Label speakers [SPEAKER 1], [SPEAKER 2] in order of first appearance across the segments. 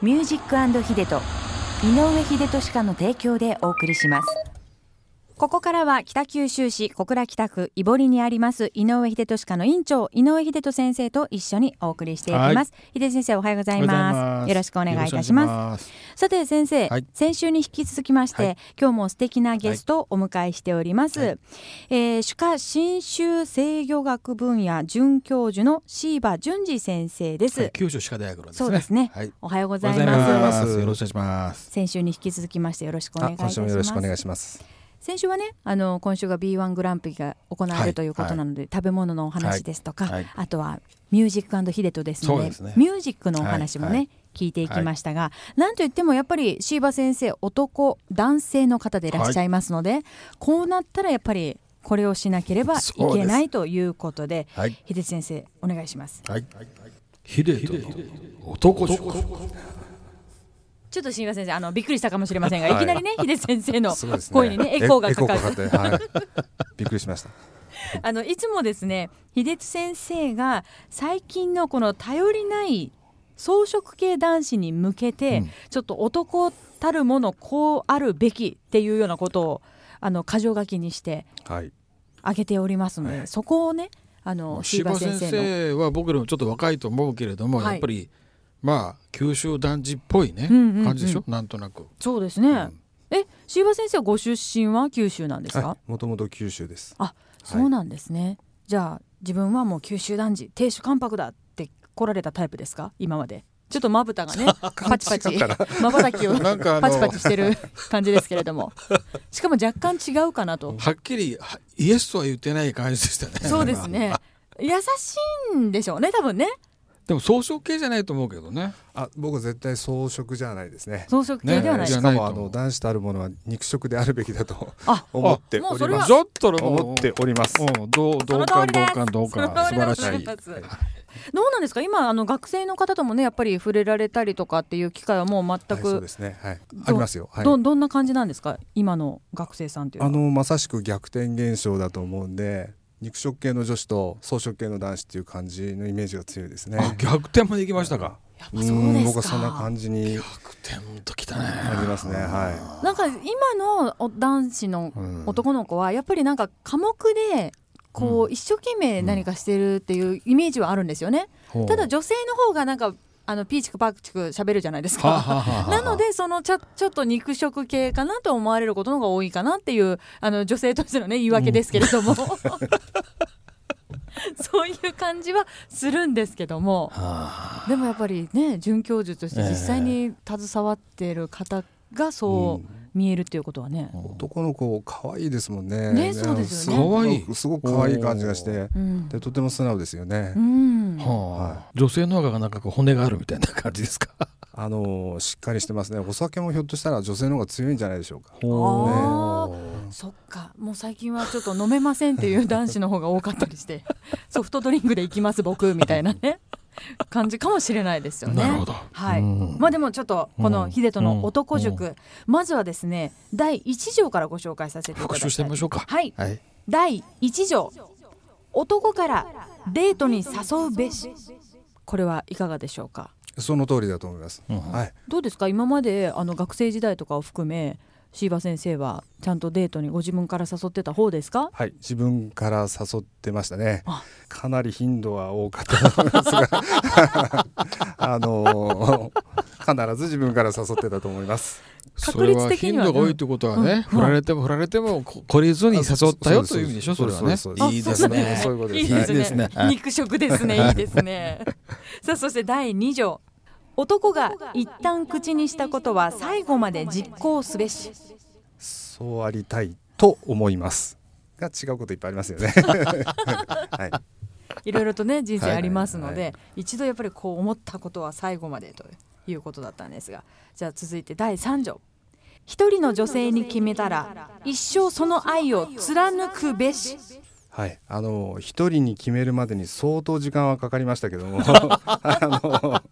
[SPEAKER 1] ミュージックヒデと井上秀俊家の提供でお送りしますここからは北九州市小倉北区井堀にあります井上秀俊家の院長井上秀俊先生と一緒にお送りしていきます、秀俊先生おはようございます
[SPEAKER 2] おはようございます
[SPEAKER 1] よろしくお願いいたします
[SPEAKER 2] す。
[SPEAKER 1] さて先生、
[SPEAKER 2] はい
[SPEAKER 1] 先週に引き続きまして、
[SPEAKER 2] は
[SPEAKER 1] 今日も素敵なゲストをお迎えしております、
[SPEAKER 2] はい
[SPEAKER 1] えー主科新州制御学分野准教授の椎葉淳二先生です、
[SPEAKER 2] はい九州歯科大学のですね。
[SPEAKER 1] そうですね
[SPEAKER 2] はい。
[SPEAKER 1] おはようご
[SPEAKER 2] お
[SPEAKER 1] ざ
[SPEAKER 2] はいようござい
[SPEAKER 1] ます
[SPEAKER 2] ます。よろしくお願いします。
[SPEAKER 1] 先週に引き続きましてよろしくお
[SPEAKER 3] あ、
[SPEAKER 1] 願いいた
[SPEAKER 3] 今
[SPEAKER 1] し
[SPEAKER 3] 週
[SPEAKER 1] ま
[SPEAKER 3] も
[SPEAKER 1] す
[SPEAKER 3] よろしくお願いします。
[SPEAKER 1] 先週はねあの今週が B1 グランプリが行われる、
[SPEAKER 2] はい
[SPEAKER 1] ということなので、食べ物のお話ですとか、
[SPEAKER 2] はいはい
[SPEAKER 1] あとはミュージックヒデトですの
[SPEAKER 2] そう
[SPEAKER 1] で
[SPEAKER 2] ですね
[SPEAKER 1] ミュージックのお話もね、
[SPEAKER 2] はいはい
[SPEAKER 1] 聞いていきましたが、なんといってもやっぱり椎葉先生男男性の方でいらっしゃいますので、こうなったらやっぱりこれをしなければい
[SPEAKER 3] そう
[SPEAKER 1] け
[SPEAKER 3] で
[SPEAKER 1] ない
[SPEAKER 3] す
[SPEAKER 1] ということで
[SPEAKER 2] はい
[SPEAKER 1] 秀津先生お願いします
[SPEAKER 2] はい。ヒデとの男塾。
[SPEAKER 1] ちょっと椎葉先生あのびっくりしたかもしれませんが、い、きなりね秀津先生の
[SPEAKER 3] すごいですね。
[SPEAKER 1] 声にねエコーがかかる
[SPEAKER 3] エコーかかって、はい。びっくりしました。
[SPEAKER 1] あのいつもですね秀津先生が最近のこの頼りない草食系男子に向けて、ちょっと男たるものこうあるべきっていうようなことをあの箇条書きにして
[SPEAKER 3] はい。
[SPEAKER 1] 挙げておりますので、そこをねあの椎葉
[SPEAKER 2] 芝
[SPEAKER 1] 先
[SPEAKER 2] 先
[SPEAKER 1] 生
[SPEAKER 2] 生は僕よりもちょっと若いと思うけれども、
[SPEAKER 1] はい
[SPEAKER 2] やっぱりまあ九州男児っぽいね、
[SPEAKER 1] うんうんうん
[SPEAKER 2] 感じでしょ。なんとなく。
[SPEAKER 1] そうですね、え椎葉先生ご出身は九州なんですか、
[SPEAKER 3] はい。もともと九州です。
[SPEAKER 1] あそうなんですね、じゃあ自分はもう九州男児亭主関白だって来られたタイプですか今までちょっとまぶたが ねパチパチまばたきを
[SPEAKER 2] なんかあの
[SPEAKER 1] パチパチしてる感じですけれどもしかも若干違うかなと
[SPEAKER 2] はっきりはイエスとは言ってない感じでしたね。
[SPEAKER 1] そうですね優しいんでしょうね多分ね
[SPEAKER 2] でも草食系じゃないと思うけどね。
[SPEAKER 3] あ、僕絶対草食じゃないですね。
[SPEAKER 1] 草食系ではない、
[SPEAKER 2] ね
[SPEAKER 3] し
[SPEAKER 2] じゃ
[SPEAKER 3] か
[SPEAKER 2] ないと
[SPEAKER 3] もあの男子たるものは肉食であるべきだと
[SPEAKER 1] あ
[SPEAKER 3] 思って
[SPEAKER 1] もう
[SPEAKER 3] お
[SPEAKER 1] そ
[SPEAKER 3] り
[SPEAKER 1] れ
[SPEAKER 3] ま
[SPEAKER 1] は
[SPEAKER 3] す。
[SPEAKER 2] だったらもう
[SPEAKER 3] 思っております。
[SPEAKER 2] うん、どう
[SPEAKER 1] そ
[SPEAKER 2] 同
[SPEAKER 1] の通
[SPEAKER 2] 感
[SPEAKER 1] り
[SPEAKER 2] 同
[SPEAKER 1] です
[SPEAKER 2] 感同感
[SPEAKER 1] そ
[SPEAKER 2] 素晴
[SPEAKER 1] の
[SPEAKER 2] ら
[SPEAKER 1] 通りで
[SPEAKER 2] しい。
[SPEAKER 1] ござますどうなんですか今あの学生の方ともねやっぱり触れられたりとかっていう機会はもう全
[SPEAKER 3] はい、そう
[SPEAKER 1] く
[SPEAKER 3] ですね。はい。ありますよ。はい。
[SPEAKER 1] どどんな感じなんですか今の学生さんっていうの
[SPEAKER 3] あ
[SPEAKER 1] は
[SPEAKER 3] のまさしく逆転現象だと思うんで。肉食系の女子と草食系の男子っていう感じのイメージが強いですね。
[SPEAKER 2] あ逆転まで行きましたか。
[SPEAKER 1] やっぱそうですか
[SPEAKER 3] 僕はそんな感じに
[SPEAKER 2] 逆転ときたね。
[SPEAKER 3] 感じますね。は
[SPEAKER 1] なんか今のお男子の
[SPEAKER 3] うん
[SPEAKER 1] 男の子はやっぱりなんか科目でこう一生懸命何かしてるっていうイメージはあるんですよね。
[SPEAKER 2] ほう
[SPEAKER 1] ただ女性の方がなんかあのピーチクパーチク喋るじゃないです
[SPEAKER 2] はあはあ
[SPEAKER 1] か。
[SPEAKER 2] はあは
[SPEAKER 1] な
[SPEAKER 2] あ
[SPEAKER 1] のでそのちょちょっと肉食系かなと思われることの方が多いかなっていうあの女性としてのね言い訳ですけれ ども、そういう感じはするんですけども。でもやっぱりね准教授として実際に携わってる方がそう見えるっていうことはね、
[SPEAKER 3] い。男の子可愛いですもんね。
[SPEAKER 1] ねそうですよ
[SPEAKER 2] ね
[SPEAKER 3] ご
[SPEAKER 2] 可
[SPEAKER 3] く
[SPEAKER 2] 愛い
[SPEAKER 3] すごく可愛い感じがして
[SPEAKER 1] う、ん
[SPEAKER 3] でとても素直ですよね
[SPEAKER 1] う。ん
[SPEAKER 2] はあ、女性の方がなんかこう骨があるみたいな感じですか。
[SPEAKER 3] あのしっかりしてますね。お酒もひょっとしたら女性の方が強いんじゃないでしょうか。
[SPEAKER 1] あーそっかもう最近はちょっと飲めませんっていう男子の方が多かったりして ソフトドリンクで行きます僕みたいなね感じかもしれないですよね。
[SPEAKER 2] なるほど
[SPEAKER 1] はい、
[SPEAKER 2] うん
[SPEAKER 1] まあでもちょっとこの秀人の男塾、
[SPEAKER 2] う
[SPEAKER 1] まずはですね第1条からご紹介させていただき
[SPEAKER 2] 復
[SPEAKER 1] たい
[SPEAKER 2] 習してみましょうか。
[SPEAKER 1] はい
[SPEAKER 2] はい。
[SPEAKER 1] 第1条男からデートに誘うべしこれはいかがでしょうか
[SPEAKER 3] その通りだと思います。はい。
[SPEAKER 1] どうですか今まであの学生時代とかを含め椎葉先生はちゃんとデートにご自分から誘ってた方ですか
[SPEAKER 3] はい、自分から誘ってましたね
[SPEAKER 1] あ。
[SPEAKER 3] かなり頻度は多かったと思いますが、 あの必ず自分から誘ってたと思います。
[SPEAKER 1] 確率的には
[SPEAKER 2] それは頻度が多いってことはね、振られても振られてもこ懲りずに誘ったよという意味でしょ。そ
[SPEAKER 3] そう
[SPEAKER 2] れ
[SPEAKER 3] で
[SPEAKER 2] はね
[SPEAKER 3] すそうですそう。
[SPEAKER 2] いいで すね。
[SPEAKER 3] そういうことです
[SPEAKER 1] いいですね
[SPEAKER 2] いいですねはい
[SPEAKER 1] 肉食ですねいいですねさあそして第2条男が一旦口にしたことは最後まで実行すべし
[SPEAKER 3] そうありたいと思います。が違うこといっぱいありますよね。は
[SPEAKER 1] い
[SPEAKER 3] い。
[SPEAKER 1] ろいろとね人生
[SPEAKER 3] はい
[SPEAKER 1] ありますので、
[SPEAKER 3] はい
[SPEAKER 1] 一度やっぱりこう思ったことは最後までということだったんですがじゃあ続いて第3条一人の女性に決めたら一生その愛を貫くべし
[SPEAKER 3] はい、あの一人に決めるまでに相当時間はかかりましたけど も、あのは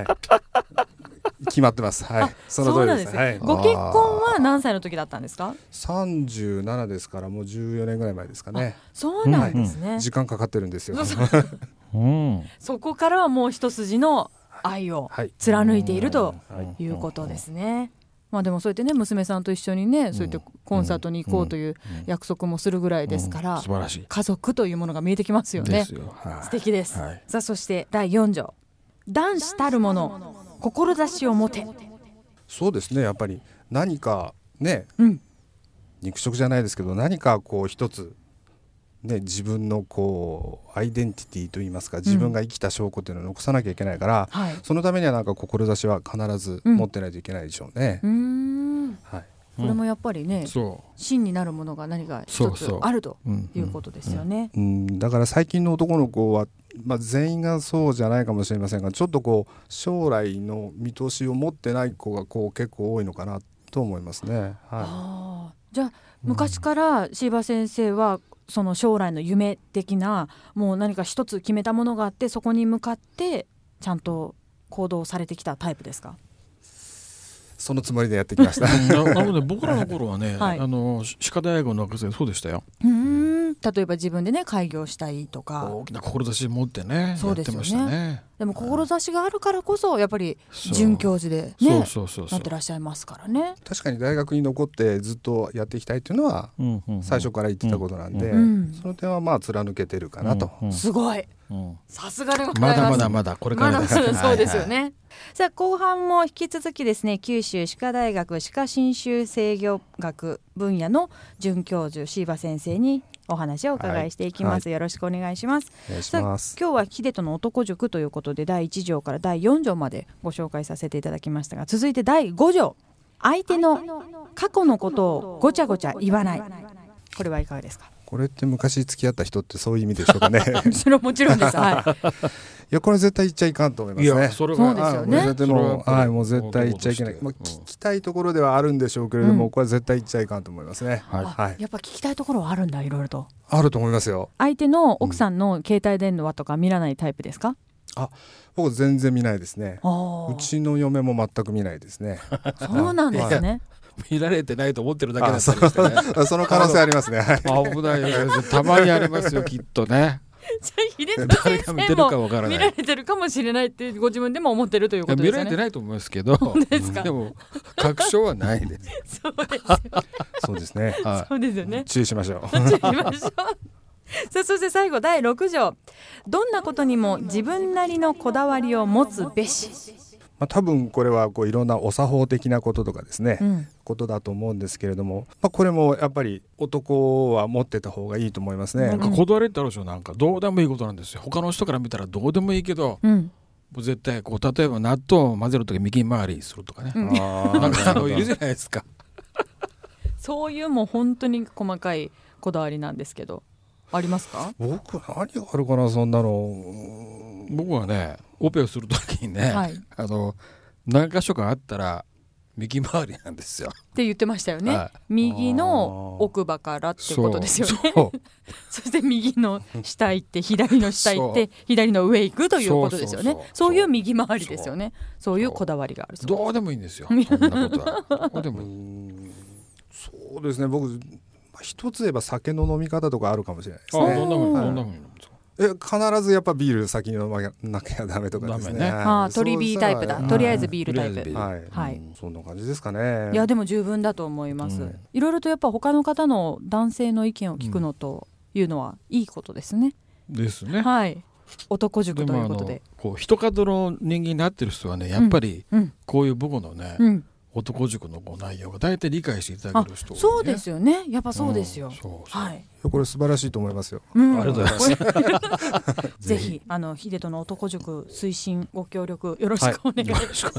[SPEAKER 3] い、決まってます。はい、その
[SPEAKER 1] う
[SPEAKER 3] 通
[SPEAKER 1] な
[SPEAKER 3] り
[SPEAKER 1] んです
[SPEAKER 3] で。
[SPEAKER 1] す、
[SPEAKER 3] はい、
[SPEAKER 1] ご結婚は何歳の時だったんですか
[SPEAKER 3] 三十七ですからもう十四年ぐらい前ですかね。
[SPEAKER 1] そうなんですね、
[SPEAKER 3] 時間かかってるんですよ。
[SPEAKER 1] そう
[SPEAKER 3] は
[SPEAKER 1] そ
[SPEAKER 3] い、
[SPEAKER 1] う
[SPEAKER 2] うん。
[SPEAKER 1] そこからはもう一筋の愛を
[SPEAKER 3] はい
[SPEAKER 1] 貫いていると
[SPEAKER 3] はい
[SPEAKER 1] いうことですね。まあでもそうやってね娘さんと一緒にねそうやってコンサートに行こうという約束もするぐらいですから
[SPEAKER 2] 素晴らしい。
[SPEAKER 1] 家族というものが見えてきますよ
[SPEAKER 2] で
[SPEAKER 1] ね
[SPEAKER 2] す。よ。
[SPEAKER 3] はい
[SPEAKER 1] 素敵です、
[SPEAKER 3] はい
[SPEAKER 1] さあそして第4条男子たるもの志を持て
[SPEAKER 3] そうですねやっぱり何かね、
[SPEAKER 1] うん
[SPEAKER 3] 肉食じゃないですけど何かこう一つ、ね、自分のこうアイデンティティといいますか自分が生きた証拠というのを残さなきゃいけないから、
[SPEAKER 1] はいう
[SPEAKER 3] そのためにはなんか志は必ず持ってないといけないでしょうね。
[SPEAKER 1] ーん
[SPEAKER 3] はい、
[SPEAKER 1] これもやっぱりね、
[SPEAKER 2] そ
[SPEAKER 1] 真になるものが何か一つあると
[SPEAKER 2] う。うん
[SPEAKER 1] いうことですよね、
[SPEAKER 3] うんだから最近の男の子は、まあ、全員がそうじゃないかもしれませんがちょっとこう将来の見通しを持ってない子がこう結構多いのかなと思いますね。は
[SPEAKER 1] ああじゃあ昔から椎葉先生はその将来の夢的なもう何か一つ決めたものがあってそこに向かってちゃんと行動されてきたタイプですか
[SPEAKER 3] い、そのつもりでやってきました。
[SPEAKER 2] ああのね僕らの頃はね、
[SPEAKER 1] はい
[SPEAKER 2] あの歯科大学の学生そうでしたよ。
[SPEAKER 1] うーん例えば自分でね開業したいとか
[SPEAKER 2] 大きな志持ってね、
[SPEAKER 1] そうですよね
[SPEAKER 2] やってましたね。
[SPEAKER 1] でも志があるからこそやっぱり
[SPEAKER 2] そう
[SPEAKER 1] 准教授で
[SPEAKER 2] そ
[SPEAKER 1] ね
[SPEAKER 2] うそうそうそ
[SPEAKER 1] な
[SPEAKER 2] う
[SPEAKER 1] って。らっしゃいますからね。
[SPEAKER 3] 確かに大学に残ってずっとやっていきたいっていうのは
[SPEAKER 2] うんうんうん
[SPEAKER 3] 最初から言ってたことなんで、
[SPEAKER 1] うん
[SPEAKER 3] その点はまあ貫けてるかなと、
[SPEAKER 2] うんうん
[SPEAKER 1] すごい
[SPEAKER 2] うん
[SPEAKER 1] さすがでございま。
[SPEAKER 2] ますだまだまだこれから
[SPEAKER 1] まだそうですよ。ね。さあ後半も引き続きですね九州歯科大学歯科信州制御学分野の准教授椎葉先生にお話をお伺いしていきます、よろしくお願いします
[SPEAKER 3] お願いします
[SPEAKER 1] さあ今日は秀人の男塾ということで第1条から第4条までご紹介させていただきましたが続いて第5条相手の過去のことをごちゃごちゃ言わないこれはいかがですか
[SPEAKER 3] これって昔付き合った人ってそういう意味でしょうかねい
[SPEAKER 1] それはもちろんです、はい
[SPEAKER 3] やこれ絶対言っちゃいかんと思いま
[SPEAKER 2] い
[SPEAKER 3] す
[SPEAKER 2] や
[SPEAKER 3] ね
[SPEAKER 2] それ
[SPEAKER 1] そう
[SPEAKER 2] は
[SPEAKER 1] ですよね
[SPEAKER 3] あもう絶対
[SPEAKER 2] それはや
[SPEAKER 3] も
[SPEAKER 2] っ
[SPEAKER 3] う
[SPEAKER 2] ぱり
[SPEAKER 3] はいもう絶対言っちゃいけない、
[SPEAKER 2] 男
[SPEAKER 3] まあ、
[SPEAKER 2] として
[SPEAKER 3] 聞きたいところではあるんでしょうけれども、
[SPEAKER 1] うん
[SPEAKER 3] これは絶対言っちゃいかんと思いますね、
[SPEAKER 2] は い
[SPEAKER 3] はい
[SPEAKER 1] やっぱ聞きたいところはあるんだいろいろと
[SPEAKER 3] あると思いますよ
[SPEAKER 1] 相手の奥さんの携帯電話とか見らないタイプですか、
[SPEAKER 3] 僕全然見ないですね
[SPEAKER 1] ああ
[SPEAKER 3] うちの嫁も全く見ないですね
[SPEAKER 1] そうなんですね
[SPEAKER 2] 見られてないと思ってるだけだったりしてね。
[SPEAKER 3] あその可能性ありますねはい
[SPEAKER 2] 危ないよ先生たまにありますよきっとね。
[SPEAKER 1] じゃあ秀人先
[SPEAKER 2] 誰が
[SPEAKER 1] 生
[SPEAKER 2] 見てるか
[SPEAKER 1] も
[SPEAKER 2] わからな
[SPEAKER 1] 見
[SPEAKER 2] い。
[SPEAKER 1] られてるかもしれないってご自分でも思ってるという
[SPEAKER 2] い
[SPEAKER 1] こと
[SPEAKER 2] や
[SPEAKER 1] で
[SPEAKER 2] 見
[SPEAKER 1] す
[SPEAKER 2] ら
[SPEAKER 1] よ
[SPEAKER 2] れて
[SPEAKER 1] ね
[SPEAKER 2] ないと思いますけど、
[SPEAKER 1] ですか
[SPEAKER 2] でも確証はないです。
[SPEAKER 1] そうですよ
[SPEAKER 3] そうですね
[SPEAKER 2] は
[SPEAKER 1] そうですよね
[SPEAKER 3] 注意しましょう
[SPEAKER 1] じゃあ行きましょう さあそして最後第6条どんなことにも自分なりのこだわりを持つべし、
[SPEAKER 3] まあ、多分これはこういろんなお作法的なこととかですね、
[SPEAKER 1] うん
[SPEAKER 3] ことだと思うんですけれども、まあ、これもやっぱり男は持ってた方がいいと思います
[SPEAKER 2] い。な
[SPEAKER 3] ね
[SPEAKER 2] ん。か断れってあるでしょなんかどうでもいいことなんですよ他の人から見たらどうでもいいけど
[SPEAKER 1] うん、
[SPEAKER 2] もう絶対こう例えば納豆を混ぜる時右回りするとかね、
[SPEAKER 1] うん
[SPEAKER 3] あー
[SPEAKER 2] なんかあ のいるじゃないですか
[SPEAKER 1] そういうもう本当に細かいこだわりなんですけどありますか、
[SPEAKER 3] 僕何があるかなそんなの
[SPEAKER 2] 僕はねオペをする時にね、
[SPEAKER 1] はいっ
[SPEAKER 2] あの何箇所かあったら右回りなんですよ。
[SPEAKER 1] て言ってましたよね、
[SPEAKER 2] はい
[SPEAKER 1] 右の奥歯からっていうことですよね
[SPEAKER 2] そう
[SPEAKER 1] そして右の下行って左の下行っ
[SPEAKER 2] そ
[SPEAKER 1] て左の上行くということですよね。そう
[SPEAKER 2] そうそうそう
[SPEAKER 1] いう右回りですよね。そういうこだわりがあるそう
[SPEAKER 2] どうでもいいんですよ。そんなことは。どうでもいい。
[SPEAKER 3] そうですね僕まあ一つ言えば酒の飲み方とかあるかもしれ ないで
[SPEAKER 2] あ
[SPEAKER 3] す
[SPEAKER 2] どんなふうに
[SPEAKER 3] ね。
[SPEAKER 2] どんなふうに飲むんですか。
[SPEAKER 3] え必ずやっぱビール先に飲まなきゃダメとかです
[SPEAKER 2] ダメ
[SPEAKER 3] ね。
[SPEAKER 2] ね
[SPEAKER 1] ああ、
[SPEAKER 3] そう
[SPEAKER 1] 鳥ビータイプだ。
[SPEAKER 3] はい
[SPEAKER 1] とりあえずビールタイ
[SPEAKER 2] とりあえ
[SPEAKER 1] プ
[SPEAKER 2] ずビ。
[SPEAKER 3] はい、
[SPEAKER 1] はい
[SPEAKER 3] うんそんな感じですかね。
[SPEAKER 1] いやでも十分だと思います。
[SPEAKER 2] うん
[SPEAKER 1] いろいろとやっぱ他の方の男性の意見を聞くのというのはいいことですね。
[SPEAKER 2] ですね。
[SPEAKER 1] はい。男塾と
[SPEAKER 2] も
[SPEAKER 1] い
[SPEAKER 2] あ
[SPEAKER 1] うこと
[SPEAKER 2] の
[SPEAKER 1] で。
[SPEAKER 2] こう人角の人間になってる人はねやっぱり
[SPEAKER 1] うん
[SPEAKER 2] こういう僕のね、
[SPEAKER 1] うん。
[SPEAKER 2] 男塾のこう内容が大体理解していただ
[SPEAKER 1] あ
[SPEAKER 2] ける人、、ね、
[SPEAKER 1] そうですよね。やっぱそうですよ
[SPEAKER 2] ん。そうそう
[SPEAKER 1] はい。
[SPEAKER 3] これ素晴らしいと思 いますよ。
[SPEAKER 1] うん
[SPEAKER 2] ありがとうございま す。
[SPEAKER 1] ぜひあの秀人の男塾推進ご協力よろしくお願いしま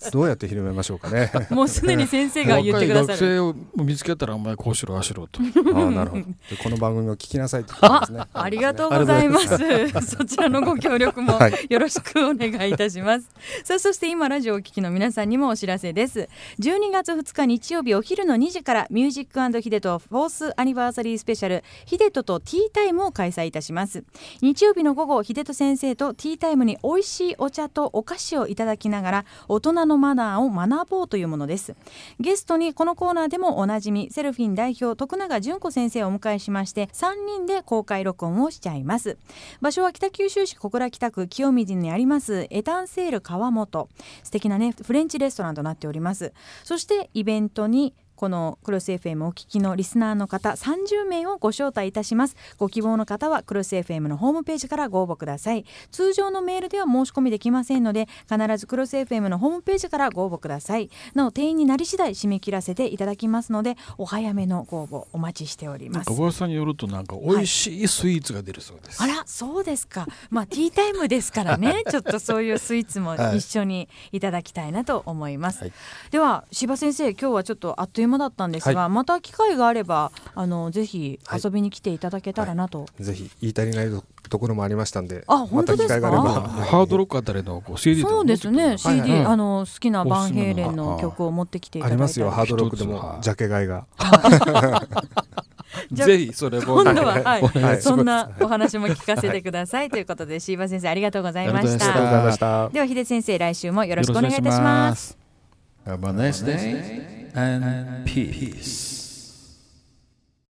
[SPEAKER 1] す。
[SPEAKER 3] どうやって広めましょう かね。
[SPEAKER 1] もうすでに先生が言っ
[SPEAKER 2] 若
[SPEAKER 1] て
[SPEAKER 2] い
[SPEAKER 1] くだ
[SPEAKER 2] 学
[SPEAKER 1] さる。
[SPEAKER 2] 生を見つけたらお前こうしろああしろと。
[SPEAKER 3] ああなるほど。でこの番組を聞きなさいって言ってますね。
[SPEAKER 1] ありがとうございます。 そちらのご協力も
[SPEAKER 3] はい
[SPEAKER 1] よろしくお願いいたします。さあ、そして今ラジオをお聞きの皆さんにもお知らせです。12月2日日曜日お昼の2時からミュージックヒデトフォースアニバーサリースペシャルる秀人とティータイムを開催いたします日曜日の午後秀人先生とティータイムに美味しいお茶とお菓子をいただきながら大人のマナーを学ぼうというものですゲストにこのコーナーでもおなじみセルフィン代表徳永純子先生をお迎えしまして3人で公開録音をしちゃいます場所は北九州市小倉北区清水にありますエタンセール川本素敵なねフレンチレストランとなっておりますそしてイベントにこのクロス FM をお聞きのリスナーの方30名をご招待いたしますご希望の方はクロス FM のホームページからご応募ください通常のメールでは申し込みできませんので必ずクロス FM のホームページからご応募くださいなお定員になり次第締め切らせていただきますのでお早めのご応募お待ちしており
[SPEAKER 2] なん
[SPEAKER 1] ます
[SPEAKER 2] か噂によるとなんか美味しいスイーツが出るそうです。
[SPEAKER 1] あらそうですかまあティータイムですからねちょっとそういうスイーツも
[SPEAKER 3] はい
[SPEAKER 1] 一緒にいただきたいなと思います、
[SPEAKER 3] はい
[SPEAKER 1] では柴先生今日はちょっとあっという間だったんですが、また機会があればあのぜひ
[SPEAKER 3] はい
[SPEAKER 1] 遊びに来ていただけたらなと、
[SPEAKER 3] ぜひ言い足りないところもありましたんで
[SPEAKER 1] あ本当ですか
[SPEAKER 3] また機会があれば
[SPEAKER 2] あハードロックあたりのこう CD とか
[SPEAKER 1] そうですね、
[SPEAKER 2] 持ってきてくれる
[SPEAKER 1] CD、
[SPEAKER 2] はいはい
[SPEAKER 1] あの好きなバンヘイレン
[SPEAKER 2] おすすめ
[SPEAKER 1] の
[SPEAKER 2] の
[SPEAKER 1] 曲を持ってきていた
[SPEAKER 3] あ
[SPEAKER 1] だ
[SPEAKER 3] り
[SPEAKER 1] いた
[SPEAKER 3] ま
[SPEAKER 1] り
[SPEAKER 3] すよハードロックでも
[SPEAKER 2] 一つ
[SPEAKER 3] ジャケ買いが
[SPEAKER 1] じゃあ
[SPEAKER 2] ぜひそれも
[SPEAKER 1] 今度は、はい
[SPEAKER 3] いはい
[SPEAKER 1] そんなお話も聞かせてください、ということで柴先生ありがとうございま
[SPEAKER 2] あり
[SPEAKER 1] し
[SPEAKER 2] がとうございました
[SPEAKER 1] た
[SPEAKER 3] ありがとうございました
[SPEAKER 1] では秀先生来週もよろしくお願いいたします
[SPEAKER 2] す。Have a nice day and peace.